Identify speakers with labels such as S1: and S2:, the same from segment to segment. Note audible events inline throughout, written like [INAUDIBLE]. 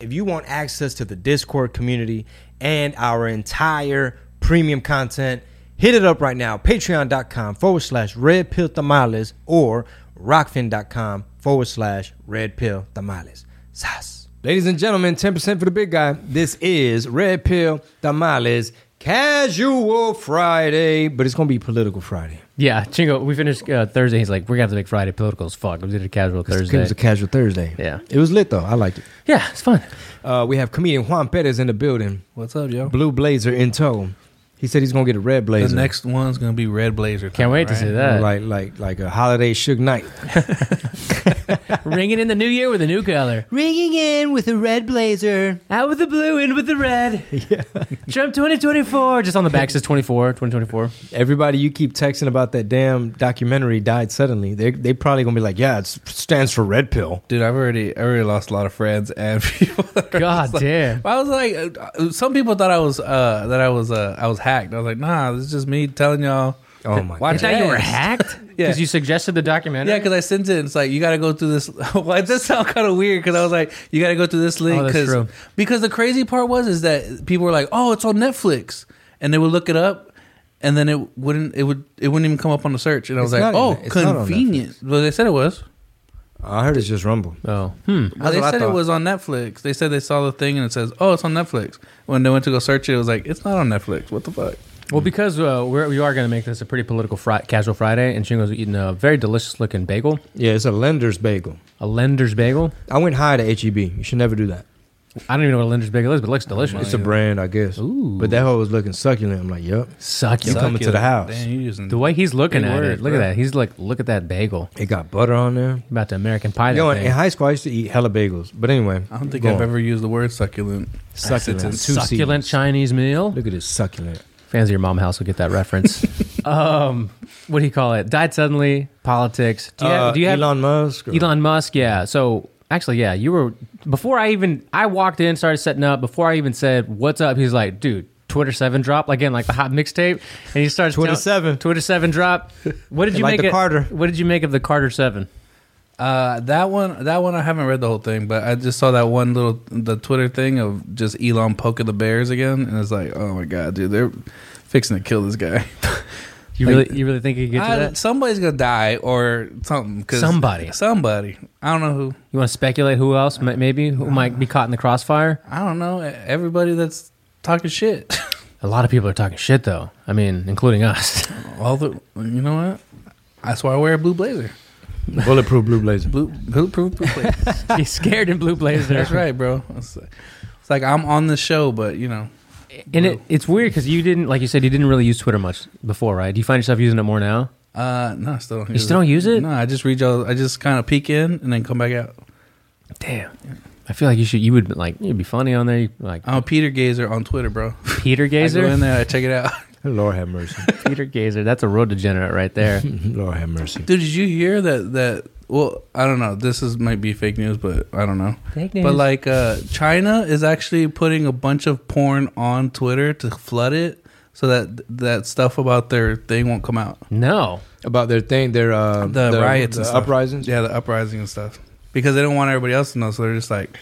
S1: If you want access to the Discord community and our entire premium content, hit it up right now. Patreon.com forward slash red pill tamales or rockfin.com forward slash red pill tamales. Sas. Ladies and gentlemen, 10% for the big guy. This is Red Pill Tamales Casual Friday, but it's going to be Political Friday.
S2: Yeah, Chingo, we finished uh, Thursday. He's like, we're going to have to make Friday political as fuck. We did a casual
S1: It
S2: Thursday.
S1: was a casual Thursday.
S2: Yeah.
S1: It was lit, though. I liked it.
S2: yeah, it's fun.
S1: Uh, we have comedian Juan Perez in the building.
S3: What's up, yo?
S1: blue blazer in tow. He said he's gonna get a red
S3: The
S1: blazer.
S3: next one's gonna be Red Blazer.
S2: Can't wait to see that.
S1: like like like a holiday Suge Knight.
S2: [LAUGHS] Ringing in the new year with a new color.
S1: Ringing in with a red blazer.
S2: Out with the blue, in with the red. Yeah. Trump 2024. Just on the back says 24, 2024.
S1: Everybody you keep texting about that damn documentary died suddenly. They they probably gonna be like, yeah, it stands for red pill.
S3: Dude, I've already I already lost a lot of friends and [LAUGHS] people. that
S2: [LAUGHS]
S3: are
S2: God
S3: just like-
S2: damn.
S3: I was like, uh, some people thought I was uh, that I was uh, I was hacked. I was like, nah, this is just me telling y'all.
S1: Oh my
S3: Watch
S2: You thought you were
S3: ass.
S2: hacked?
S3: Yeah.
S2: Because you suggested the documentary?
S3: Yeah, because I sent it. It's like you got to go through this. [LAUGHS] Why does that sound kind of weird? Because I was like, you got to go through this link.
S2: Oh, that's
S3: 'cause-
S2: true.
S3: Because the crazy part was is that people were like, oh, it's on Netflix, and they would look it up, and then it wouldn't. It would. It wouldn't even come up on the search. And I was
S1: It's
S3: like,
S1: not on-
S3: oh,
S1: it's not on
S3: convenient. Well, they said it was.
S1: I heard it's just rumble.
S2: Oh. Hmm.
S3: Well, they
S1: what I
S3: said it
S1: thought.
S3: was on Netflix. They said they saw the thing and it says, "Oh, it's on Netflix." When they went to go search it, it was like, "It's not on Netflix." What the fuck?
S2: Well, because uh, we're, we are going to make this a pretty political fri- casual Friday, and Chingo's eating a very delicious looking bagel,
S1: Yeah, it's a lender's bagel.
S2: a lender's bagel.
S1: I went high to HEB. You should never do that.
S2: I don't even know what a lender's bagel is, but it looks delicious.
S1: It's a brand, I guess.
S2: Ooh.
S1: But that hoe was looking succulent. I'm like, yup. You
S2: Succulent.
S1: coming to the house.
S3: Damn, you using
S2: The way he's looking
S3: Big
S2: at
S3: words,
S2: it, look
S3: bro.
S2: at that. He's like, look at that bagel.
S1: It got butter on there.
S2: About to American Pie that
S1: Yo, in
S2: thing.
S1: in high school, I used to eat hella bagels. But anyway,
S3: I don't think
S1: go
S3: I've
S1: on.
S3: ever used the word succulent.
S1: Succulent.
S3: It's
S1: Two C's.
S2: Succulent Chinese meal.
S1: Look at this succulent.
S2: Fans of your mom house will get that reference.
S1: [LAUGHS]
S2: um, what do you call it? Died suddenly. Politics. Do you have,
S1: Uh,
S2: do you have Elon,
S1: Elon Musk? or-
S2: Musk? Yeah. So actually, yeah, you were before I even I walked in, started setting up. Before I even said what's up, he's like, dude. Twitter seven drop again, like the hot mixtape, and he starts
S1: Twitter
S2: tell-
S1: 7.
S2: Twitter seven drop.
S1: [LAUGHS]
S2: What did you
S1: Like
S2: make
S1: the
S2: it-
S1: Carter.
S2: What did you make of the Carter seven?
S3: Uh, that one, that one, I haven't read the whole thing, but I just saw that one little the Twitter thing of just Elon poking the bears again, and it's like, oh my god, dude, they're fixing to kill this guy.
S2: You
S3: Like-
S2: really, you really think you could get to
S3: I-
S2: that?
S3: somebody's gonna die or something. 'cause-
S2: Somebody.
S3: somebody. I don't know who.
S2: You want to speculate who else, m- maybe who might be caught in the crossfire?
S3: I don't know. Everybody that's talking shit. [LAUGHS]
S2: A lot of people are talking shit, though. I mean, including [LAUGHS] us.
S3: All the you know what? That's why I wear a blue blazer.
S1: Bulletproof blue blazer.
S3: Blue blue blue, blue
S2: [LAUGHS]
S3: blazer.
S2: Be scared in blue [LAUGHS] blazer.
S3: That's right, bro. It's, it's like I'm on the show, but you know,
S2: And it, it's weird because you didn't, like you said, you didn't really use Twitter much before, right? Do you find yourself using it more now?
S3: uh, no, I still don't. You
S2: still don't use it?
S3: No, I just read y'all. I just kind of peek in and then come back out.
S2: Damn. I feel like you should. You would like. You'd be funny on there. You'd be [LAUGHS] like
S3: I'm a Peter Gazer on Twitter, bro.
S2: Peter
S3: I go in
S2: Gazer.
S3: there, I check it out. [LAUGHS]
S1: Lord have mercy.
S2: [LAUGHS] Peter Gazer. That's a road degenerate right there.
S1: Lord have mercy.
S3: Dude, did you hear that? That well, I don't know. This is might be fake news, but I don't know.
S2: [LAUGHS] Fake
S3: But
S2: news.
S3: like, uh, China is actually putting a bunch of porn on Twitter to flood it, so that that stuff about their thing won't come out.
S2: No.
S1: About their thing, their uh,
S3: The riots
S1: the
S3: and stuff.
S1: uprisings.
S3: Yeah, the uprising and stuff. Because they don't want everybody else to know, so they're just like,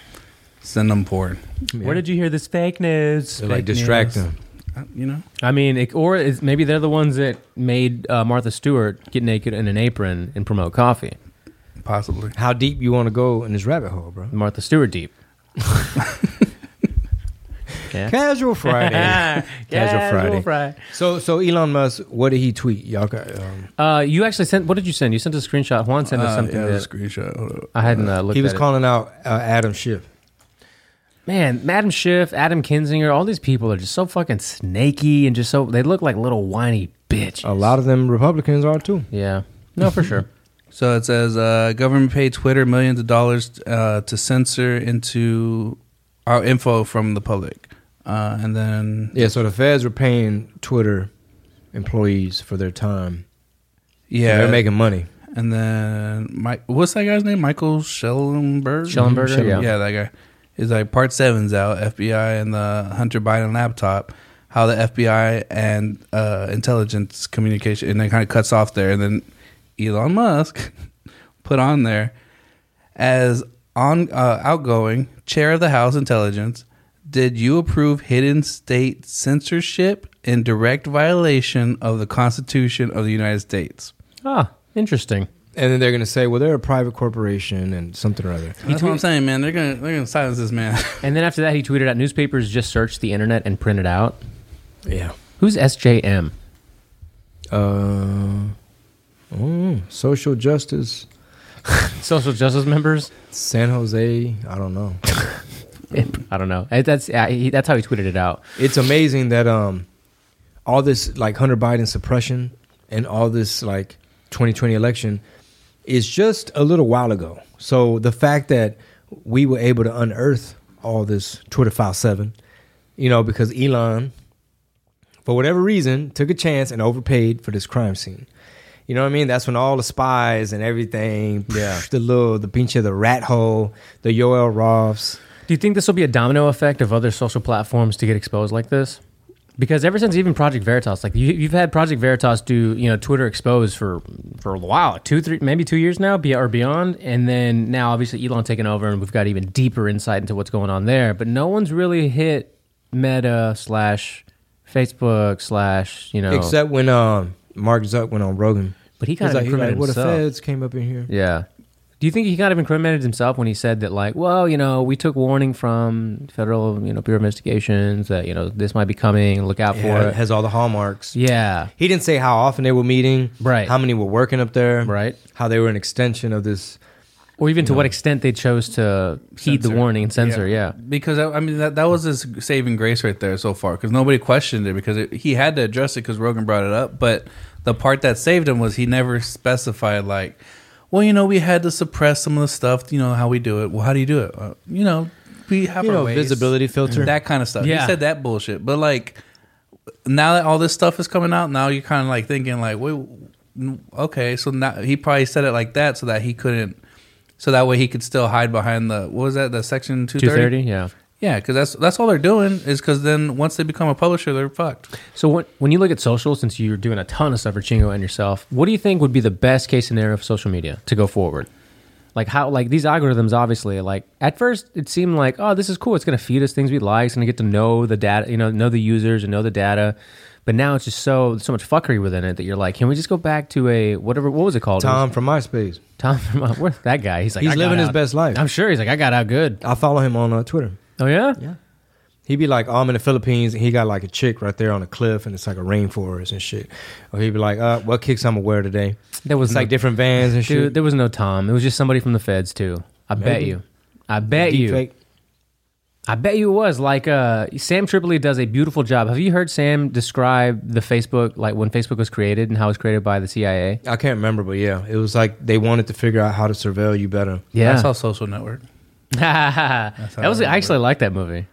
S3: send them porn.
S2: Where did you hear this fake news?
S1: They like
S3: fake
S1: distract
S3: news?
S1: them.
S3: Uh, You know?
S2: I mean, it, or it's, maybe they're the ones that made uh, Martha Stewart get naked in an apron and promote coffee.
S3: Possibly.
S1: How deep you want to go in this rabbit hole,
S2: [LAUGHS]
S1: bro?
S2: Martha
S1: [LAUGHS]
S2: Stewart deep. yeah.
S1: Casual
S2: [LAUGHS]
S1: Friday. Casual Friday.
S2: Friday.
S1: [LAUGHS] so so Elon Musk, what did he tweet? Y'all got um,
S2: Uh, you actually sent. What did you send? You sent a screenshot. Juan sent us
S3: Uh,
S2: something
S3: yeah,
S2: that
S3: the screenshot. Hold up.
S2: I hadn't uh, looked.
S1: he was
S2: at it.
S1: calling out uh, Adam Schiff.
S2: Man, Adam Schiff, Adam Kinzinger, all these people are just so fucking snaky and just so they look like little whiny bitches.
S1: A lot of them Republicans are too.
S2: Yeah. No,
S1: [LAUGHS]
S2: for sure.
S3: So it says uh, government paid Twitter millions of dollars uh, to censor into our info from the public. Uh, and then,
S1: Yeah, so the feds were paying Twitter employees for their time.
S3: yeah.
S1: they're making money.
S3: and then, Mike, what's that guy's name? Michael Schellenberg?
S2: Schellenberger,
S3: Schellen-
S2: yeah.
S3: that guy. He's like, part seven's out FBI and the Hunter Biden laptop. How the FBI and uh, intelligence communication, and then kind of cuts [LAUGHS] off there. And then Elon Musk put on there as on uh, outgoing chair of the House Intelligence, did you approve hidden state censorship in direct violation of the Constitution of the United States?
S2: Ah, interesting.
S1: And then they're going to say, well, they're a private corporation and something or other.
S3: That's what I'm saying, man. They're gonna they're gonna silence this man. [LAUGHS]
S2: And then after that, he tweeted out newspapers just search the internet and print it out.
S1: Yeah.
S2: Who's SJM?
S1: Uh, mm, social justice,
S2: Social justice members?
S1: San Jose. I don't know.
S2: I don't know. Eh, That's uh, he, that's how he tweeted it out.
S1: It's amazing that um, all this like Hunter Biden suppression and all this like 2020 election is just a little while ago. So the fact that we were able to unearth all this Twitter file seven, you know, because Elon, for whatever reason, took a chance and overpaid for this crime scene. You know what I mean? That's when all the spies and everything,
S2: Yeah.
S1: the little, the pinch of the rat hole, the Yoel Roths.
S2: Do you think this will be a domino effect of other social platforms to get exposed like this? Because ever since even Project Veritas, like you, you've had Project Veritas do, you know, Twitter exposed for for a while, two, three, maybe two years now, be- or beyond, and then now obviously Elon taking over, and we've got even deeper insight into what's going on there. But no one's really hit Meta slash Facebook slash you know,
S1: Except when um, Mark Zuck went on Rogan.
S2: but he
S1: He's
S2: kind of
S1: like, he's like,
S2: incriminated
S1: well, the
S2: himself.
S1: feds came up in here.
S2: Yeah. Do you think he kind of incriminated himself when he said that, like, well, you know, we took warning from federal, you know, Bureau of Investigations that you know this might be coming. Look out
S1: Yeah,
S2: for
S1: it
S2: it.
S1: has all the hallmarks.
S2: Yeah.
S1: He didn't say how often they were meeting,
S2: Right.
S1: How many were working up there,
S2: Right.
S1: How they were an extension of this.
S2: Or even to what extent they chose to heed the
S3: Censor.
S2: warning and censor. Yeah.
S3: Because I I mean that that was his saving grace right there so far because nobody questioned it because it, he had to address it because Rogan brought it up. But the part that saved him was he never specified like, well, you know, we had to suppress some of the stuff. You know how we do it. Well, how do you do it? Uh, you know, we have
S1: You
S3: our
S1: know,
S3: ways.
S1: visibility filter.
S3: that kind of stuff.
S2: Yeah.
S3: He said that bullshit. But like now that all this stuff is coming out, now you're kind of like thinking like, wait, n- okay, so now he probably said it like that so that he couldn't. So that way he could still hide behind the what was that the section
S2: Two
S3: 230?
S2: thirty. Yeah.
S3: Yeah, because that's that's all they're doing is because then once they become a publisher, they're fucked.
S2: So when, when you look at social, since you're doing a ton of stuff for Chingo and yourself, what do you think would be the best case scenario of social media to go forward? Like how like these algorithms obviously like at first it seemed like oh this is cool it's gonna feed us things we like it's gonna get to know the data you know know the users and know the data, but now it's just so so much fuckery within it that you're like can we just go back to a whatever what was it called It was
S1: Tom from MySpace.
S2: Tom [LAUGHS] from uh, where's that guy he's like
S1: He's
S2: "I got
S1: living his
S2: out."
S1: best life.
S2: I'm sure he's like I got out good
S1: I follow him on uh, Twitter.
S2: oh yeah yeah
S1: He'd be like, oh, I'm in the Philippines, and he got like a chick right there on a cliff, and it's like a rainforest and shit. Or he'd be like, uh, what kicks I'm gonna wear today?
S2: there was
S1: It's
S2: no-
S1: like different vans and
S2: dude
S1: shit.
S2: there was no Tom it was just somebody from the feds too I bet
S1: Maybe.
S2: you I bet you
S1: Deepfake.
S2: I bet you it was like uh, Sam Tripoli does a beautiful job. Have you heard Sam describe the Facebook like when Facebook was created and how it was created by the CIA?
S1: I can't remember, but yeah, it was like they wanted to figure out how to surveil you better
S2: Yeah,
S3: that's how Social Network.
S2: [LAUGHS] that
S3: I
S2: was. I
S3: remember.
S2: actually like that movie.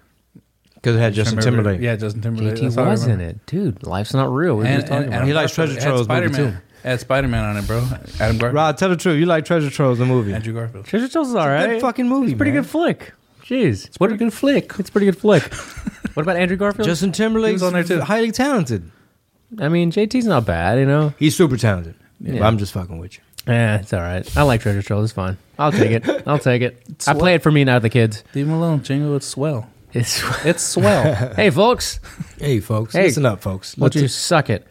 S1: because it had Justin
S3: Remember-
S1: Timberlake.
S3: Yeah, Justin Timberlake.
S2: JT
S3: that's how I
S2: was in
S3: remember.
S2: it, dude. Life's not real. We We're
S3: And,
S2: just talking
S3: and,
S2: about.
S3: Adam
S1: He likes
S3: Garfield
S1: Treasure
S3: had
S1: Trolls movie,
S3: Spider-Man.
S1: too.
S3: Had Spider Man on it, bro. Adam Garfield.
S1: Rod, tell the truth. You like Treasure Trolls, the movie?
S3: Andrew Garfield.
S2: Treasure Trolls is all right.
S1: Good fucking movie.
S2: pretty
S1: man.
S2: good flick. Jeez, it's pretty good flick. It's a pretty good flick. [LAUGHS] what about Andrew Garfield?
S1: Justin Timberlake
S3: on there, too.
S1: Highly talented.
S2: I mean, JT's not bad, you know.
S1: He's super talented. But
S2: Yeah.
S1: I'm just fucking with you.
S2: Yeah, Eh, it's all right. I like Treasure Trolls. It's fine. I'll take it. I'll take it. I play it for me, not the kids.
S3: Leave him alone, Jingo. It's swell.
S2: It's, [LAUGHS]
S1: [LAUGHS]
S3: It's swell.
S2: hey, folks.
S1: Hey, folks.
S2: Hey.
S1: Listen up, folks.
S2: Why
S1: Let's
S2: do you suck
S3: [LAUGHS]
S2: it?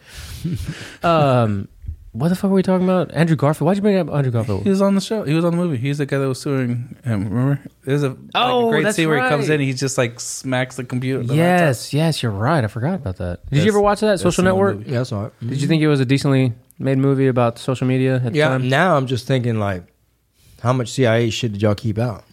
S2: um, what the fuck were we talking about? Andrew Garfield. Why'd you bring up Andrew
S3: he
S2: Garfield?
S3: was on [LAUGHS] the show. He was on the movie. He's the guy that was suing him. Remember? There's a, like, a
S2: Oh,
S3: great
S2: that's
S3: scene where he comes
S2: right.
S3: in. and He just like smacks the computer. the laptop.
S2: yes, yes, you're right. I forgot about that. Did you
S3: That's-
S2: ever watch that
S3: that's
S2: Social
S3: the only
S2: Network?
S3: movie.
S1: yeah, that's all right.
S2: Did you think it was a decently made movie about social media at the
S1: Yeah.
S2: time?
S1: Now I'm just thinking like, how much CIA shit did y'all keep out?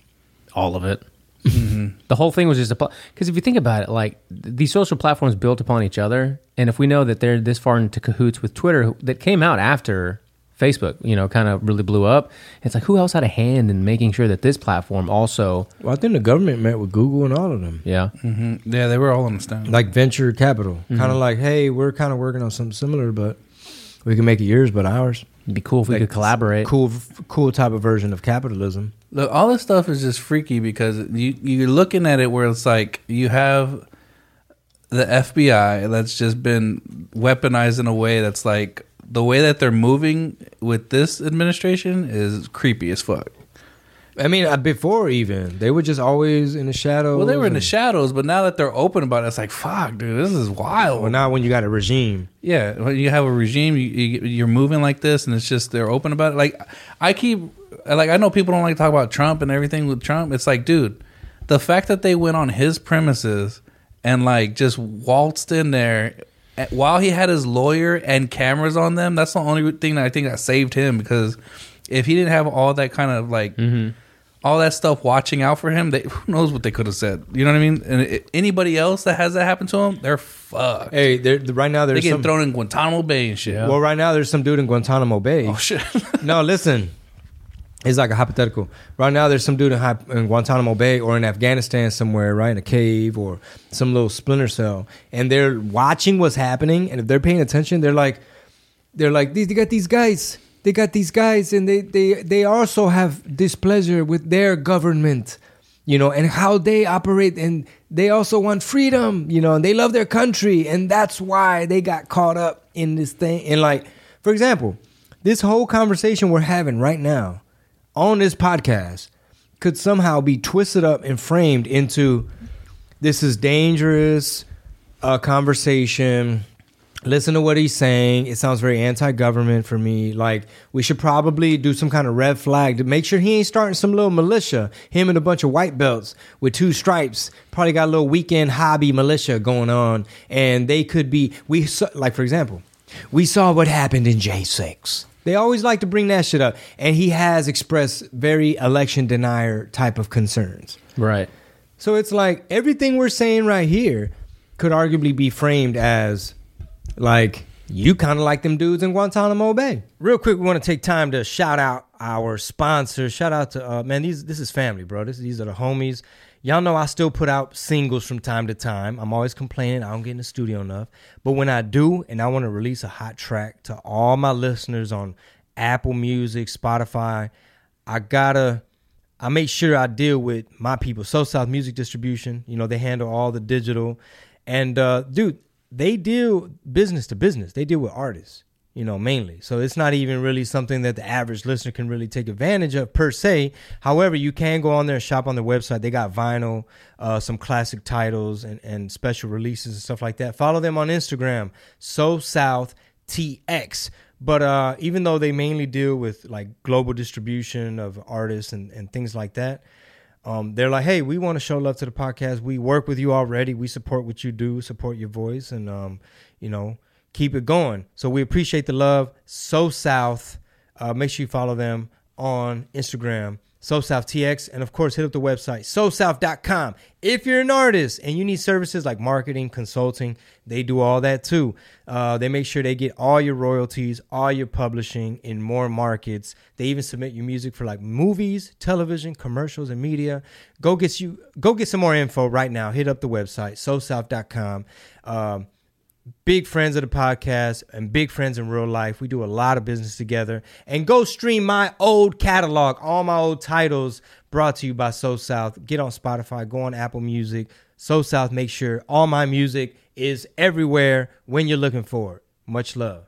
S2: All of
S3: [LAUGHS]
S2: it.
S3: Mm-hmm.
S2: The whole thing was just a because if you think about it, like th- these social platforms built upon each other, and if we know that they're this far into cahoots with Twitter, who- that came out after Facebook, you know, kind of really blew up. It's like who else had a hand in making sure that this platform also,
S1: Well, I think the government met with Google and all of them,
S2: yeah,
S3: Mhm. Yeah, they were all on the stand.
S1: like venture capital, kind of like, hey, we're kind of working on something similar, but we can make it yours, but ours.
S2: It'd be cool if we
S1: Like,
S2: could collaborate.
S1: Cool, cool type of version of capitalism.
S3: Look, all this stuff is just freaky because you you're looking at it where it's like you have the FBI that's just been weaponized in a way that's like the way that they're moving with this administration is creepy as fuck.
S1: I mean, uh, before even they were just always in the shadow.
S3: Well, they were in the shadows, but now that they're open about it, it's like, fuck, dude, this is wild.
S1: Well, now when you got a regime,
S3: Yeah, when you have a regime, you, you, you're moving like this, and it's just they're open about it. Like, I keep, like, I know people don't like to talk about Trump and everything with Trump. It's like, dude, the fact that they went on his premises and, like, just waltzed in there at- while he had his lawyer and cameras on them, that's the only thing that I think that saved him because if he didn't have all that kind of, like, all that stuff watching out for him, they, who knows what they could have said. You know what I mean? And it, anybody else that has that happen to them, they're fucked
S1: hey, they're, right now
S3: they
S1: there's
S3: get
S1: some,
S3: thrown in Guantanamo Bay and shit.
S2: [LAUGHS]
S1: well, right now there's some dude in Guantanamo Bay.
S3: Oh shit!
S1: no, listen. It's like a hypothetical. Right now, there's some dude in, Hy- in Guantanamo Bay or in Afghanistan somewhere, right in a cave or some little splinter cell, and they're watching what's happening. And if they're paying attention, they're like, they're like, these, they got these guys, they got these guys, and they they they also have displeasure with their government, you know, and how they operate, and they also want freedom, you know, and they love their country, and that's why they got caught up in this thing. And like, for example, this whole conversation we're having right now on this podcast could somehow be twisted up and framed into this is dangerous uh, conversation. Listen to what he's saying. It sounds very anti-government for me. Like we should probably do some kind of red flag to make sure he ain't starting some little militia. Him and a bunch of white belts with two stripes probably got a little weekend hobby militia going on, and they could be we saw, like for example, we saw what happened in J6. They always like to bring that shit up, and he has expressed very election denier type of concerns.
S2: Right.
S1: So it's like everything we're saying right here could arguably be framed as like you kind of like them dudes in Guantanamo Bay. Real quick, we want to take time to shout out our sponsors. Shout out to uh, man, these this is family, bro. This, these are the homies. Y'all know I still put out singles from time to time. I'm always complaining I don't get in the studio enough, but when I do, and I want to release a hot track to all my listeners on Apple Music, Spotify, I gotta I make sure I deal with my people. So South Music Distribution, you know, they handle all the digital. And uh, dude, they deal business to business. They deal with artists, you know, mainly. So it's not even really something that the average listener can really take advantage of per se. However, you can go on there and shop on their website. They got vinyl, uh, some classic titles, and, and special releases and stuff like that. Follow them on Instagram, So South TX. But uh, even though they mainly deal with like global distribution of artists and, and things like that, um, they're like, hey, we want to show love to the podcast. We work with you already. We support what you do, support your voice, and um, you know, keep it going. So we appreciate the love. So South, uh, make sure you follow them on Instagram. So South TX, and of course, hit up the website, SoSouth.com. If you're an artist and you need services like marketing, consulting, they do all that too. Uh, they make sure they get all your royalties, all your publishing in more markets. They even submit your music for like movies, television, commercials, and media. Go get you go get some more info right now. Hit up the website, SoSouth.com. Um, big friends of the podcast and big friends in real life. We do a lot of business together. And go stream my old catalog, all my old titles brought to you by So South. Get on Spotify, go on Apple Music. So South, make sure all my music is everywhere when you're looking for it. Much love.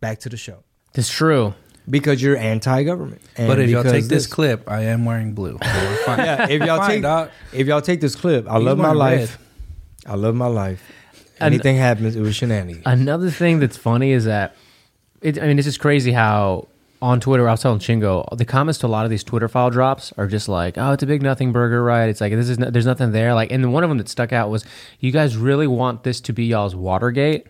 S1: Back to the show.
S2: It's true.
S1: Because you're anti-government. And
S3: but if y'all
S1: because
S3: take this, clip, I am wearing
S2: [LAUGHS]
S3: blue. So we're fine.
S1: yeah,
S3: [LAUGHS]
S1: if y'all
S3: Fine,
S1: take
S3: dog.
S1: if y'all take this clip, I love my
S3: wearing
S1: life. I love my life.
S2: And-
S1: Anything happens, it was shenanigans.
S2: Another thing that's funny is that, it, I mean, it's just crazy how on Twitter, I was telling Chingo, the comments to a lot of these Twitter file drops are just like, oh, it's a big nothing burger, right? It's like, this is, no, there's nothing there. Like, and one of them that stuck out was, you guys really want this to be y'all's Watergate?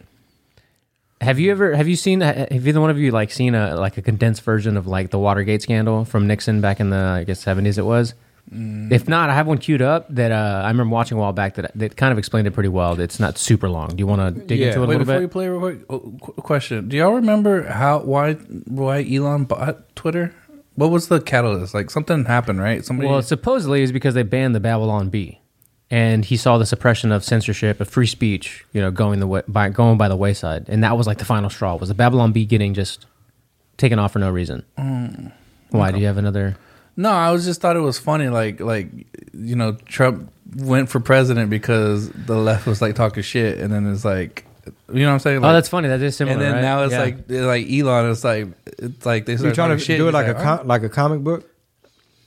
S2: Have you ever, have you seen, have either one of you like seen a, like a condensed version of like the Watergate scandal from Nixon back in the, I guess, 70s it was?
S3: Mm.
S2: If not, I have one queued up that uh, I remember watching a while back that, that kind of explained it pretty well. It's not super long. Do you want to dig
S1: Yeah.
S2: into it a
S3: Wait,
S2: little
S3: before
S2: bit?
S3: you play, real quick, oh, qu- question: Do y'all remember how why why Elon bought Twitter? What was the catalyst? Like something happened, right? Somebody.
S2: Well, supposedly it's because they banned the Babylon Bee, and he saw the suppression of censorship, of free speech, you know, going the way, by going by the wayside, and that was like the final straw. Was the Babylon Bee getting just taken off for no reason?
S3: Mm.
S2: Why do you have another?
S3: no, I was just thought it was funny. Like like you know Trump went for president because the left was like talking shit, and then it's like you know what I'm saying. Like,
S2: oh, that's funny. That is similar.
S3: and then
S2: right?
S3: now it's
S2: Yeah.
S3: like like Elon. It's like it's like they
S1: You're
S3: started
S1: trying
S3: talking
S1: to
S3: shit.
S1: do it
S3: he's "Oh,
S1: like a
S3: "All right."
S1: com- like a comic book.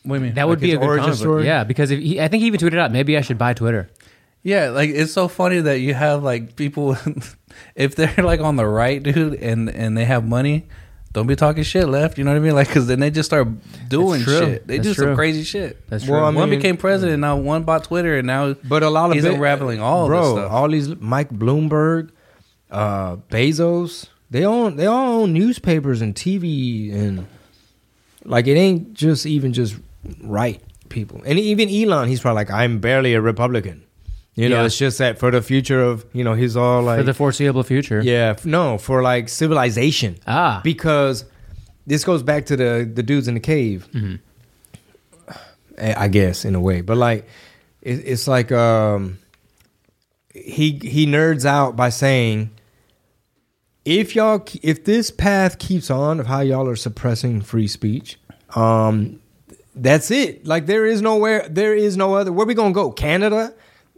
S3: What do you mean?
S2: That would
S1: Like
S2: be
S1: his
S2: a good
S1: origin
S2: comic book.
S1: story?
S2: Yeah, because if he, I think he even tweeted out, maybe I should buy Twitter.
S3: Yeah, like it's so funny that you have like people [LAUGHS] if they're like on the right, dude, and and they have money, don't be talking shit left. You know what I mean? Like, cause then they just start doing
S2: true.
S3: shit. They
S2: That's
S3: do
S2: true.
S3: some crazy shit.
S2: That's true.
S1: Well, I
S3: one
S1: mean-
S3: became president. Now one bought Twitter, and now
S1: But a lot of
S3: he's
S1: it-
S3: unraveling all
S1: bro,
S3: this stuff.
S1: all these Mike Bloomberg, uh, Bezos, they own they all own newspapers and TV and like it ain't just even just right people. And even Elon, he's probably like, I'm barely a Republican. You know,
S2: Yeah.
S1: it's just that for the future of you know, he's all like
S2: for the foreseeable future.
S1: yeah, f- no, for like civilization.
S2: Ah.
S1: because this goes back to the the dudes in the cave. Eh, I I guess in a way, but like it, it's like um, he he nerds out by saying if y'all ke- if this path keeps on of how y'all are suppressing free speech, um, that's it. Like there is nowhere, there is no other. Where we gonna go? Canada?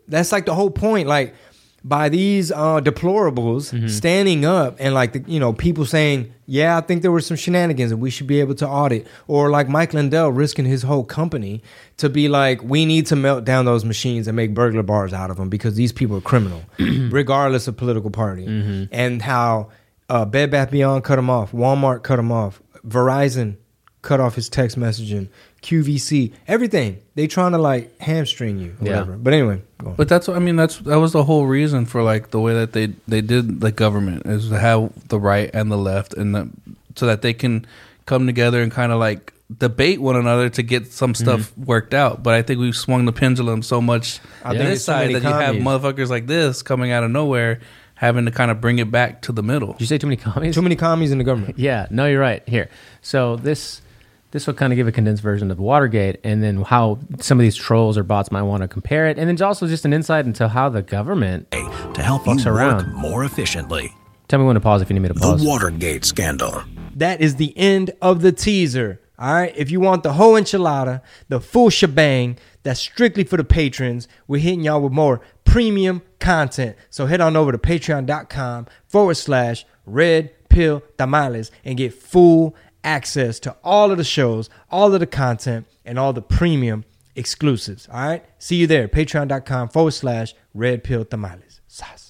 S1: That's like the whole point. Like by these uh, deplorables standing up and like the, you know people saying, yeah, I think there were some shenanigans and we should be able to audit. Or like Mike Lindell risking his whole company to be like, we need to melt down those machines and make burglar bars out of them because these people are criminal, regardless of political party. And how uh, Bed Bath Beyond cut them off, Walmart cut them off, Verizon cut off his text messaging, QVC, everything. They trying to like hamstring you, or
S2: Yeah.
S1: whatever. But anyway, go on.
S3: But that's what I mean. That's that was the whole reason for like the way that they they did the government is to have the right and the left and the, so that they can come together and kind of like debate one another to get some
S1: Mm-hmm.
S3: stuff worked out. But I think we've swung the pendulum so much
S1: I
S3: to
S1: think
S3: this
S1: it's so
S3: side
S1: many
S3: that you have
S1: commies.
S3: motherfuckers like this coming out of nowhere having to kind of bring it back to the middle.
S2: Did you say too many commies?
S1: too many commies in the government.
S2: Yeah, no, you're right. Here, so this this will kind of give a condensed version of Watergate, and then how some of these trolls or bots might want to compare it, and then it's also just an insight into how the government.
S4: to help
S2: Fucks
S4: you
S2: around.
S4: work more efficiently.
S2: Tell me when to pause if you need me to
S4: The
S2: pause.
S4: Watergate scandal.
S1: That is the end of the teaser. All right, if you want the whole enchilada, the full shebang, that's strictly for the patrons. We're hitting y'all with more premium content. So head on over to patreon.com forward slash red pill tamales and get full access to all of the shows, all of the content, and all the premium exclusives. All right, see you there. Patreon.com forward slash red pill tamales. Sas.